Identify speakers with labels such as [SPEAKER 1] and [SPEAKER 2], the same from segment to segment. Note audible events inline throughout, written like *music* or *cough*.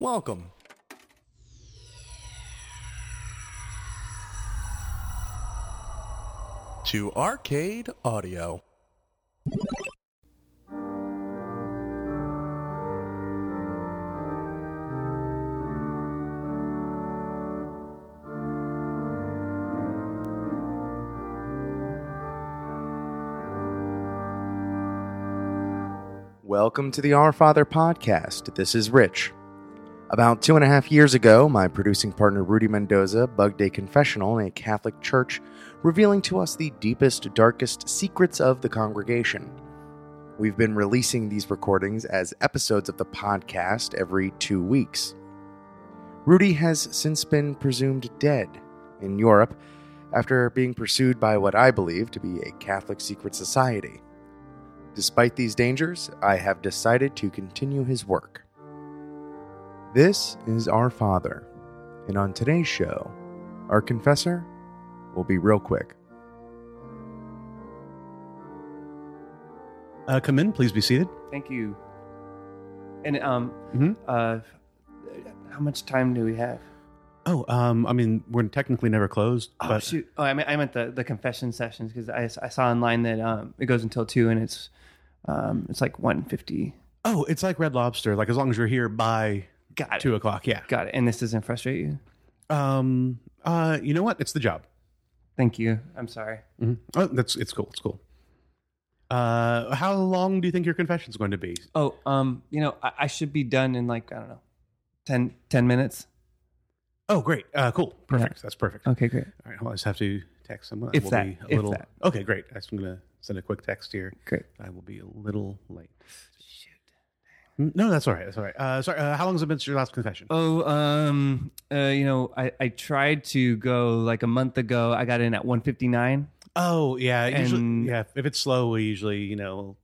[SPEAKER 1] Welcome. To Arcade Audio. Welcome to the Our Father podcast. This is Rich. About two and a half years ago, my producing partner Rudy Mendoza bugged a confessional in a Catholic church, revealing to us the deepest, darkest secrets of the congregation. We've been releasing these recordings as episodes of the podcast every two weeks. Rudy has since been presumed dead in Europe after being pursued by what I believe to be a Catholic secret society. Despite these dangers, I have decided to continue his work. This is Our Father, and on today's show, our confessor will be real quick.
[SPEAKER 2] Uh, come in, please be seated.
[SPEAKER 3] Thank you. And um,
[SPEAKER 2] Mhm.
[SPEAKER 3] uh, how much time do we have?
[SPEAKER 2] Oh, um, I mean, we're technically never closed,
[SPEAKER 3] Oh
[SPEAKER 2] but
[SPEAKER 3] shoot! Oh, I meant, I meant the, the confession sessions because I, I saw online that um it goes until two and it's um it's like one fifty.
[SPEAKER 2] oh, it's like Red Lobster. Like as long as you're here by
[SPEAKER 3] Got it.
[SPEAKER 2] two o'clock, yeah.
[SPEAKER 3] Got it. And this doesn't frustrate you?
[SPEAKER 2] Um, uh, you know what? It's the job.
[SPEAKER 3] Thank you. I'm sorry.
[SPEAKER 2] Mhm.
[SPEAKER 3] Mm-hmm.
[SPEAKER 2] Oh, that's it's cool. It's cool. Uh, how long do you think your confession's going to be?
[SPEAKER 3] Oh, um, you know, I, I should be done in like I don't know, 10, 10 minutes.
[SPEAKER 2] Oh, great. Uh, cool. Perfect. That's perfect.
[SPEAKER 3] Okay, great.
[SPEAKER 2] All right. Well, I just have to text someone. I
[SPEAKER 3] If that-
[SPEAKER 2] be a
[SPEAKER 3] if
[SPEAKER 2] little.
[SPEAKER 3] that.
[SPEAKER 2] Okay, great. I'm going to send a quick text here.
[SPEAKER 3] Great.
[SPEAKER 2] I will be a little late. Hmm,
[SPEAKER 3] Shoot.
[SPEAKER 2] No, that's all right. That's all right. Uh, sorry. Uh, how long has it been since your last confession?
[SPEAKER 3] Oh, um, uh, you know, I, I tried to go like a month ago. I got in at one fifty nine.
[SPEAKER 2] Oh yeah,
[SPEAKER 3] And-
[SPEAKER 2] usually yeah. If it's slow, we usually you know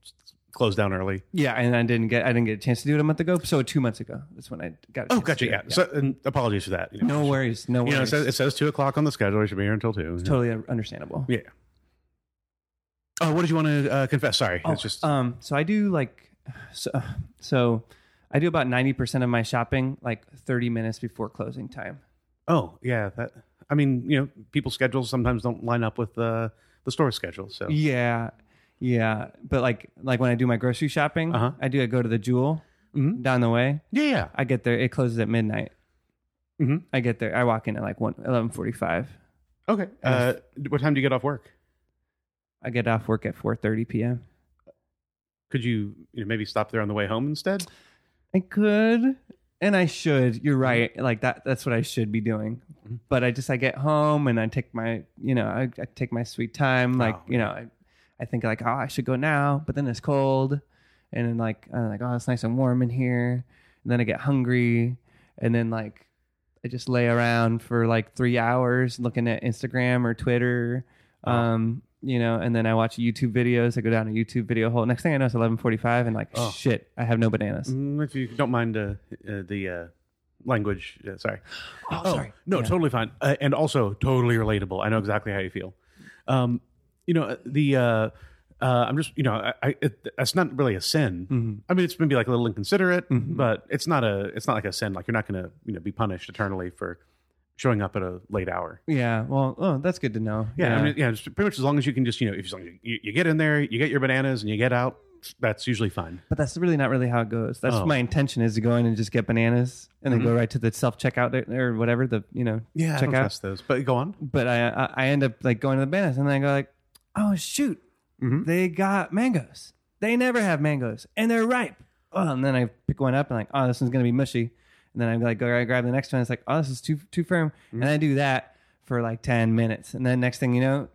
[SPEAKER 2] close down early.
[SPEAKER 3] Yeah, and I didn't get I didn't get a chance to do it a month ago. So two months ago, that's when I got. A
[SPEAKER 2] Oh,
[SPEAKER 3] chance
[SPEAKER 2] gotcha.
[SPEAKER 3] to do
[SPEAKER 2] Yeah.
[SPEAKER 3] it.
[SPEAKER 2] So and apologies for that. You know,
[SPEAKER 3] no worries. No
[SPEAKER 2] You
[SPEAKER 3] worries.
[SPEAKER 2] know, it says, it says two o'clock on the schedule. We should be here until two.
[SPEAKER 3] totally understandable.
[SPEAKER 2] Yeah. Oh, what did you want to uh, confess? Sorry,
[SPEAKER 3] Oh,
[SPEAKER 2] it's just
[SPEAKER 3] um. So I do like, so, so I do about ninety percent of my shopping like thirty minutes before closing time.
[SPEAKER 2] oh yeah. That I mean, you know, people's schedules sometimes don't line up with uh, the store schedule. So
[SPEAKER 3] Yeah, yeah. But like, like when I do my grocery shopping,
[SPEAKER 2] Uh-huh.
[SPEAKER 3] I do I go to the Jewel
[SPEAKER 2] Mhm.
[SPEAKER 3] down the way.
[SPEAKER 2] yeah, yeah.
[SPEAKER 3] I get there. It closes at midnight.
[SPEAKER 2] Mhm.
[SPEAKER 3] I get there. I walk in at like one eleven forty five.
[SPEAKER 2] Okay. Uh, what time do you get off work?
[SPEAKER 3] I get off work at four thirty p.m.
[SPEAKER 2] Could you, you know, maybe stop there on the way home instead?
[SPEAKER 3] I could and I should. You're right. Like that that's what I should be doing.
[SPEAKER 2] Mhm.
[SPEAKER 3] But I just I get home and I take my you know, I, I take my sweet time. Like,
[SPEAKER 2] Oh,
[SPEAKER 3] you know, I, I think like, oh I should go now, but then it's cold and then like I'm like, oh it's nice and warm in here. And then I get hungry and then like I just lay around for like three hours looking at Instagram or Twitter.
[SPEAKER 2] Wow.
[SPEAKER 3] Um you know, and then I watch YouTube videos. I go down a YouTube video hole. Next thing I know, it's eleven forty-five, and like,
[SPEAKER 2] Oh.
[SPEAKER 3] shit, I have no bananas.
[SPEAKER 2] Mm, if you don't mind uh, uh, the uh, language, uh, sorry.
[SPEAKER 3] Oh, sorry.
[SPEAKER 2] No,
[SPEAKER 3] Yeah.
[SPEAKER 2] totally fine, uh, and also totally relatable. I know exactly how you feel. Um, you know uh, the. Uh, uh, I'm just, you know, I, I it, it's not really a sin.
[SPEAKER 3] Mhm.
[SPEAKER 2] I mean, it's maybe like a little inconsiderate,
[SPEAKER 3] Mhm.
[SPEAKER 2] but it's not a, it's not like a sin. Like you're not going to, you know, be punished eternally for showing up at a late hour.
[SPEAKER 3] Yeah. Well, oh, that's good to know.
[SPEAKER 2] Yeah, I mean, yeah, just pretty much as long as you can just, you know, if as long as you, you get in there, you get your bananas, and you get out, that's usually fine.
[SPEAKER 3] but that's really not really how it goes. That's
[SPEAKER 2] Oh. Mm-hmm.
[SPEAKER 3] my intention is to go in and just get bananas and then go right to the self checkout or whatever the you know
[SPEAKER 2] Yeah, I don't
[SPEAKER 3] checkout.
[SPEAKER 2] trust those. But go on.
[SPEAKER 3] But I, I I end up like going to the bananas and then I go like, oh shoot,
[SPEAKER 2] Mhm.
[SPEAKER 3] they got mangoes. They never have mangoes and they're ripe. Oh, and then I pick one up and like, oh, this one's gonna be mushy. And then I'm like, go I grab the next one. It's like, oh, this is too too firm.
[SPEAKER 2] Mm-hmm.
[SPEAKER 3] And I do that for like ten minutes. And then next thing you know,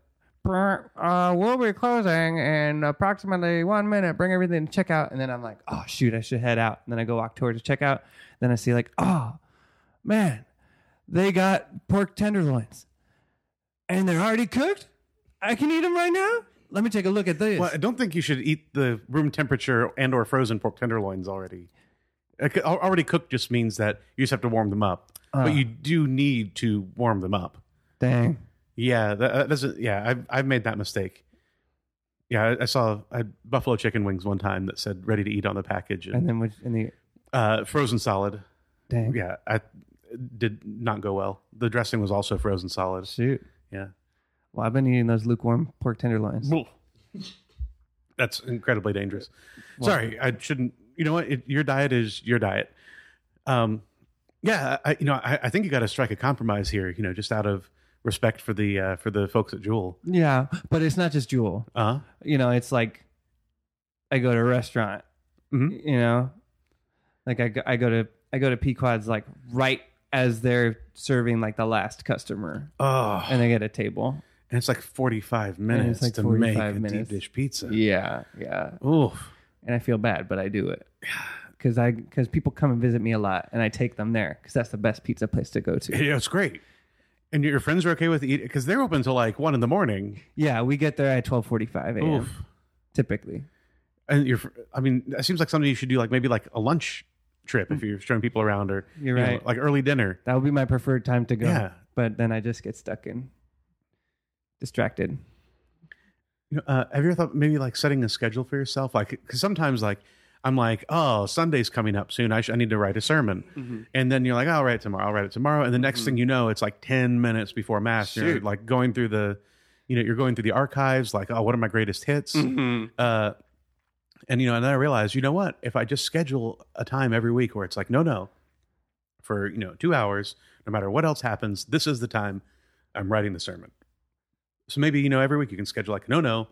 [SPEAKER 3] uh, we'll be closing in approximately one minute. Bring everything to checkout. And then I'm like, oh, shoot, I should head out. And then I go walk towards the checkout. Then I see, like, oh, man, they got pork tenderloins and they're already cooked. I can eat them right now. Let me take a look at this.
[SPEAKER 2] Well, I don't think you should eat the room temperature and or frozen pork tenderloins already. Uh, c- al- Already cooked just means that you just have to warm them up,
[SPEAKER 3] Uh.
[SPEAKER 2] but you do need to warm them up.
[SPEAKER 3] Dang.
[SPEAKER 2] Yeah, that, that doesn't. Yeah, I've I've made that mistake. Yeah, I, I saw I had buffalo chicken wings one time that said ready to eat on the package, and,
[SPEAKER 3] And then what? And the
[SPEAKER 2] uh, frozen solid.
[SPEAKER 4] Dang.
[SPEAKER 2] yeah, I it did not go well. The dressing was also frozen solid.
[SPEAKER 4] Shoot.
[SPEAKER 2] Yeah.
[SPEAKER 4] Well, I've been eating those lukewarm pork tenderloins.
[SPEAKER 2] That's incredibly dangerous. Sorry, I shouldn't. You know what? It, your diet is your diet. Um, yeah, I, you know, I, I think you got to strike a compromise here. You know, just out of respect for the uh, for the folks at Jewel.
[SPEAKER 4] Yeah, but it's not just Jewel.
[SPEAKER 2] Uh,
[SPEAKER 4] You know, it's like I go to a restaurant.
[SPEAKER 2] Mhm.
[SPEAKER 4] You know, like I go, I go to I go to Pequod's like right as they're serving like the last customer,
[SPEAKER 2] oh,
[SPEAKER 4] and
[SPEAKER 2] and
[SPEAKER 4] I get a table.
[SPEAKER 2] it's like forty five minutes
[SPEAKER 4] like
[SPEAKER 2] to
[SPEAKER 4] 45
[SPEAKER 2] make a deep
[SPEAKER 4] minutes.
[SPEAKER 2] dish pizza.
[SPEAKER 4] Yeah, yeah.
[SPEAKER 2] Oof.
[SPEAKER 4] and I feel bad, but I do it because I because people come and visit me a lot, and I take them there because that's the best pizza place to go
[SPEAKER 2] *laughs*
[SPEAKER 4] to.
[SPEAKER 2] Yeah, it's great. And your friends are okay with eating because they're open till like one in the morning.
[SPEAKER 4] yeah, we get there at twelve forty five a.m.
[SPEAKER 2] Oof.
[SPEAKER 4] typically.
[SPEAKER 2] And your, fr- I mean, that seems like something you should do, like maybe like a lunch trip if you're showing people around, or
[SPEAKER 4] Hmm. You're
[SPEAKER 2] you know,
[SPEAKER 4] right.
[SPEAKER 2] like early dinner.
[SPEAKER 4] That would be my preferred time to go.
[SPEAKER 2] Yeah.
[SPEAKER 4] but then I just get stuck in distracted.
[SPEAKER 2] You know, uh, have you ever thought maybe like setting a schedule for yourself? Like, because sometimes like I'm like, oh, Sunday's coming up soon. I, sh- I need to write a sermon,
[SPEAKER 4] Mm-hmm.
[SPEAKER 2] and then you're like, I'll write it tomorrow. I'll write it tomorrow, and the next thing you know, it's like ten minutes before mass. You're
[SPEAKER 5] Shoot.
[SPEAKER 2] like going through the, you know, you're going through the archives. Like, oh, what are my greatest hits?
[SPEAKER 4] Mm-hmm.
[SPEAKER 2] Uh, and you know, and then I realized, you know what? If I just schedule a time every week where it's like, no, no, for you know, two hours, no matter what else happens, this is the time I'm writing the sermon. So maybe you know, every week you can schedule like, no, no,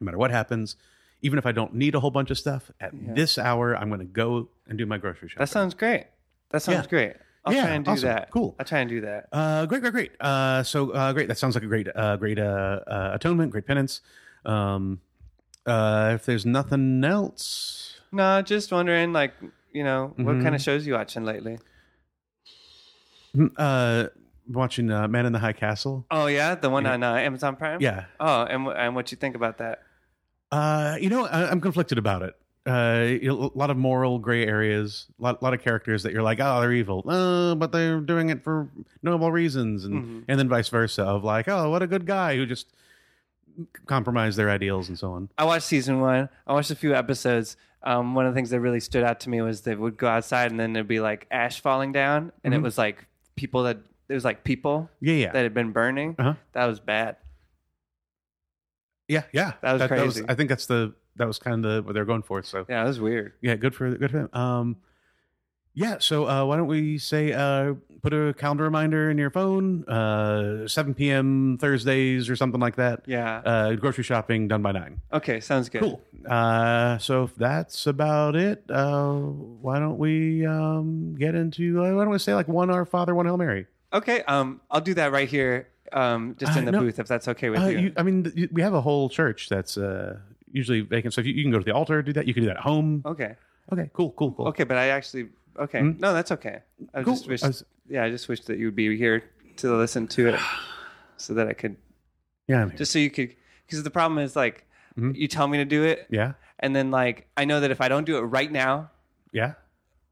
[SPEAKER 2] no matter what happens, even if I don't need a whole bunch of stuff at this hour, I'm going to go and do my grocery shopping.
[SPEAKER 3] That sounds great. That sounds
[SPEAKER 2] Yeah.
[SPEAKER 3] great. I'll
[SPEAKER 2] Yeah,
[SPEAKER 3] try and do
[SPEAKER 2] awesome.
[SPEAKER 3] that.
[SPEAKER 2] Cool.
[SPEAKER 3] I'll try and do that.
[SPEAKER 2] Uh, great, great, great. Uh, so uh, great. That sounds like a great, uh, great uh, uh, atonement, great penance. Um, uh, if there's nothing else,
[SPEAKER 3] No, just wondering, like, you know, what kind of shows you watching lately?
[SPEAKER 2] uh, watching uh, Man in the High Castle.
[SPEAKER 3] Oh yeah, the one on uh, Amazon Prime.
[SPEAKER 2] Yeah.
[SPEAKER 3] Oh, and wh- and what you think about that?
[SPEAKER 2] Uh, you know, I, I'm conflicted about it. Uh, you know, a lot of moral gray areas, a lot, lot of characters that you're like, oh, they're evil, uh, but they're doing it for noble reasons, and
[SPEAKER 3] Mm-hmm.
[SPEAKER 2] and then vice versa of like, oh, what a good guy who just compromised their ideals and so on.
[SPEAKER 3] I watched season one. I watched a few episodes. Um, one of the things that really stood out to me was they would go outside and then there'd be like ash falling down, and it was like people that it was like people
[SPEAKER 2] Yeah, yeah,
[SPEAKER 3] that had been burning.
[SPEAKER 2] Uh-huh.
[SPEAKER 3] That was bad.
[SPEAKER 2] yeah, yeah.
[SPEAKER 3] That was crazy.
[SPEAKER 2] I think that's the that was kind of what they're going for. So
[SPEAKER 3] Yeah, that was weird.
[SPEAKER 2] yeah, good for good for him. Um, yeah. So uh, why don't we say uh, put a calendar reminder in your phone, uh, 7 p.m. Thursdays or something like that.
[SPEAKER 3] Yeah.
[SPEAKER 2] Uh, grocery shopping done by nine.
[SPEAKER 3] okay, sounds good.
[SPEAKER 2] Cool. Uh, so if that's about it, uh, why don't we um, get into? Uh, why don't we say like one Our Father, one Hail Mary?
[SPEAKER 3] Okay, um, I'll do that right here, um, just in
[SPEAKER 2] Uh,
[SPEAKER 3] the
[SPEAKER 2] no.
[SPEAKER 3] booth if that's okay with
[SPEAKER 2] Uh,
[SPEAKER 3] you.
[SPEAKER 2] you, I mean, th- you- we have a whole church that's uh, usually vacant, so if you, you can go to the altar, do that. You can do that at home.
[SPEAKER 3] Okay,
[SPEAKER 2] Okay. Cool. Cool. Cool.
[SPEAKER 3] okay, but I actually okay.
[SPEAKER 2] Mm.
[SPEAKER 3] No, that's okay. I
[SPEAKER 2] Cool.
[SPEAKER 3] just wish,
[SPEAKER 2] I was-
[SPEAKER 3] yeah, I just wish that you would be here to listen to it, so that I could
[SPEAKER 2] Yeah. I'm here.
[SPEAKER 3] just so you could because the problem is like you tell me to do it
[SPEAKER 2] Mm-hmm. yeah.
[SPEAKER 3] and then like i know that if i don't do it right now
[SPEAKER 2] Yeah.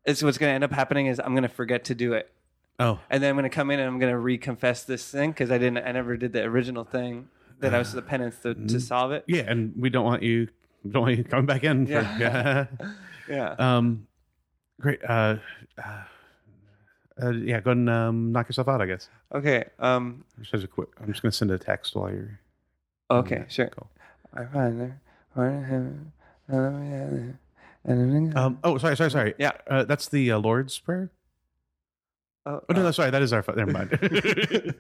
[SPEAKER 3] it's what's going to end up happening is i'm going to forget to do it
[SPEAKER 2] Oh.
[SPEAKER 3] and then i'm going to come in and i'm going to reconfess this thing because i didn't i never did the original thing that i
[SPEAKER 2] Uh,
[SPEAKER 3] was the penance to,
[SPEAKER 2] mm-hmm.
[SPEAKER 3] to solve it
[SPEAKER 2] Yeah, and we don't want you we don't want you coming back in. For, *laughs* yeah.
[SPEAKER 3] Yeah. yeah
[SPEAKER 2] um, great. Uh, uh, uh, yeah, go ahead and um, knock yourself out. I guess.
[SPEAKER 3] okay um
[SPEAKER 2] Just as a quick, I'm just gonna send a text while you're.
[SPEAKER 3] okay sure
[SPEAKER 2] cool.
[SPEAKER 3] I find there- find him, and I'm- and I'm-
[SPEAKER 2] Um, oh, sorry, sorry, sorry.
[SPEAKER 3] Yeah.
[SPEAKER 2] uh, that's the uh, Lord's prayer.
[SPEAKER 3] oh,
[SPEAKER 2] Oh no, that's sorry. That is our. fa- Never mind.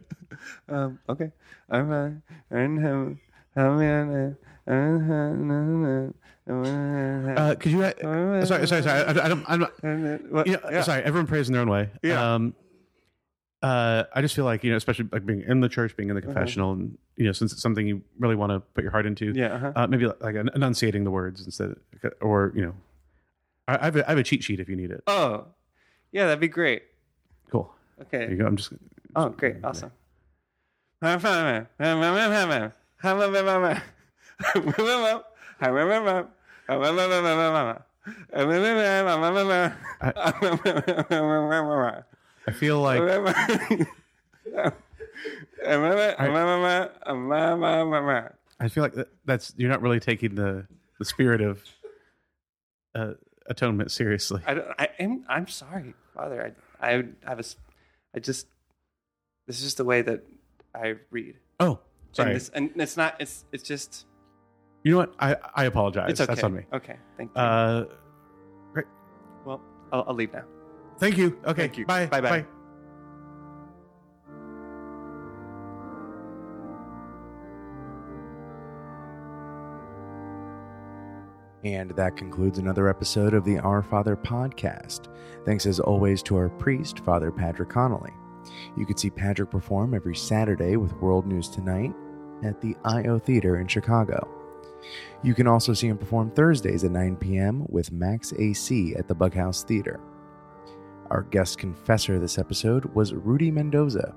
[SPEAKER 3] Um, okay. I'm fine. I'm him. I'm in it. I'm in it. I'm in
[SPEAKER 2] *laughs*
[SPEAKER 3] it.
[SPEAKER 2] uh, could you? Uh, sorry, sorry, sorry. I, I don't. I'm not.
[SPEAKER 3] I'm in it. What-
[SPEAKER 2] You know,
[SPEAKER 3] yeah.
[SPEAKER 2] Sorry, everyone prays in their own way.
[SPEAKER 3] Yeah.
[SPEAKER 2] Um, uh, I just feel like you know, especially like being in the church, being in the confessional, and you know, since it's something you really want to put your heart into.
[SPEAKER 3] Yeah, uh-huh.
[SPEAKER 2] uh, maybe like en- enunciating the words instead, of- or you know, I, I, have a, I have a cheat sheet if you need it.
[SPEAKER 3] Oh, yeah, that'd be great.
[SPEAKER 2] Cool. There you
[SPEAKER 3] Okay.
[SPEAKER 2] go. I'm just.
[SPEAKER 3] Oh, great. Awesome. I'm fine. I'm in it. I'm in it. I'm in it. I'm in it. I'm in it. I'm in it. I'm in it. I'm in it. I'm in it. I'm in it.
[SPEAKER 2] I feel like
[SPEAKER 3] I
[SPEAKER 2] I feel like that, that's you're not really taking the the spirit of uh, atonement seriously.
[SPEAKER 6] I don't, I am I'm sorry, Father. I I I was I just this is just the way that I read.
[SPEAKER 2] Oh,
[SPEAKER 6] And
[SPEAKER 2] sorry.
[SPEAKER 6] it's, and it's not it's it's just
[SPEAKER 2] You know what? I, I apologize.
[SPEAKER 6] it's okay.
[SPEAKER 2] That's on me.
[SPEAKER 6] Okay. Thank you.
[SPEAKER 2] Uh,
[SPEAKER 6] well, I'll, I'll leave now.
[SPEAKER 2] thank you. Okay.
[SPEAKER 6] Thank you.
[SPEAKER 2] Bye.
[SPEAKER 6] Bye-bye.
[SPEAKER 2] Bye.
[SPEAKER 1] And that concludes another episode of the Our Father podcast. Thanks as always to our priest, Father Patrick Connolly. You can see Patrick perform every Saturday with World News Tonight at the IO Theater in Chicago. You can also see him perform Thursdays at 9 p.m. with Max AC at the Bughouse Theater. Our guest confessor this episode was Rudy Mendoza.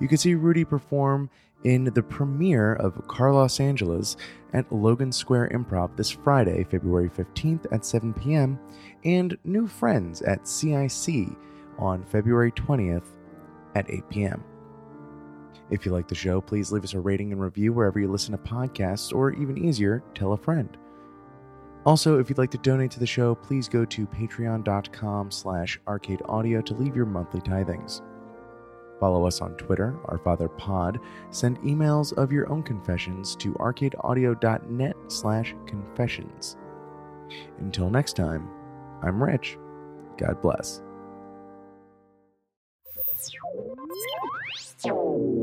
[SPEAKER 1] You can see Rudy perform in the premiere of Carlos Angeles at Logan Square Improv this Friday, February 15th at 7 p.m., and New Friends at CIC on February 20th at 8 p.m. If you like the show, please leave us a rating and review wherever you listen to podcasts, or even easier, tell a friend. Also, if you'd like to donate to the show, please go to patreon.com slash arcadeaudio to leave your monthly tithings. Follow us on Twitter, Our Father Pod. Send emails of your own confessions to arcadeaudio.net slash confessions. Until next time, I'm Rich. God bless.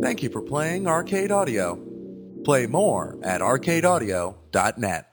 [SPEAKER 1] Thank you for playing Arcade Audio. Play more at arcadeaudio.net.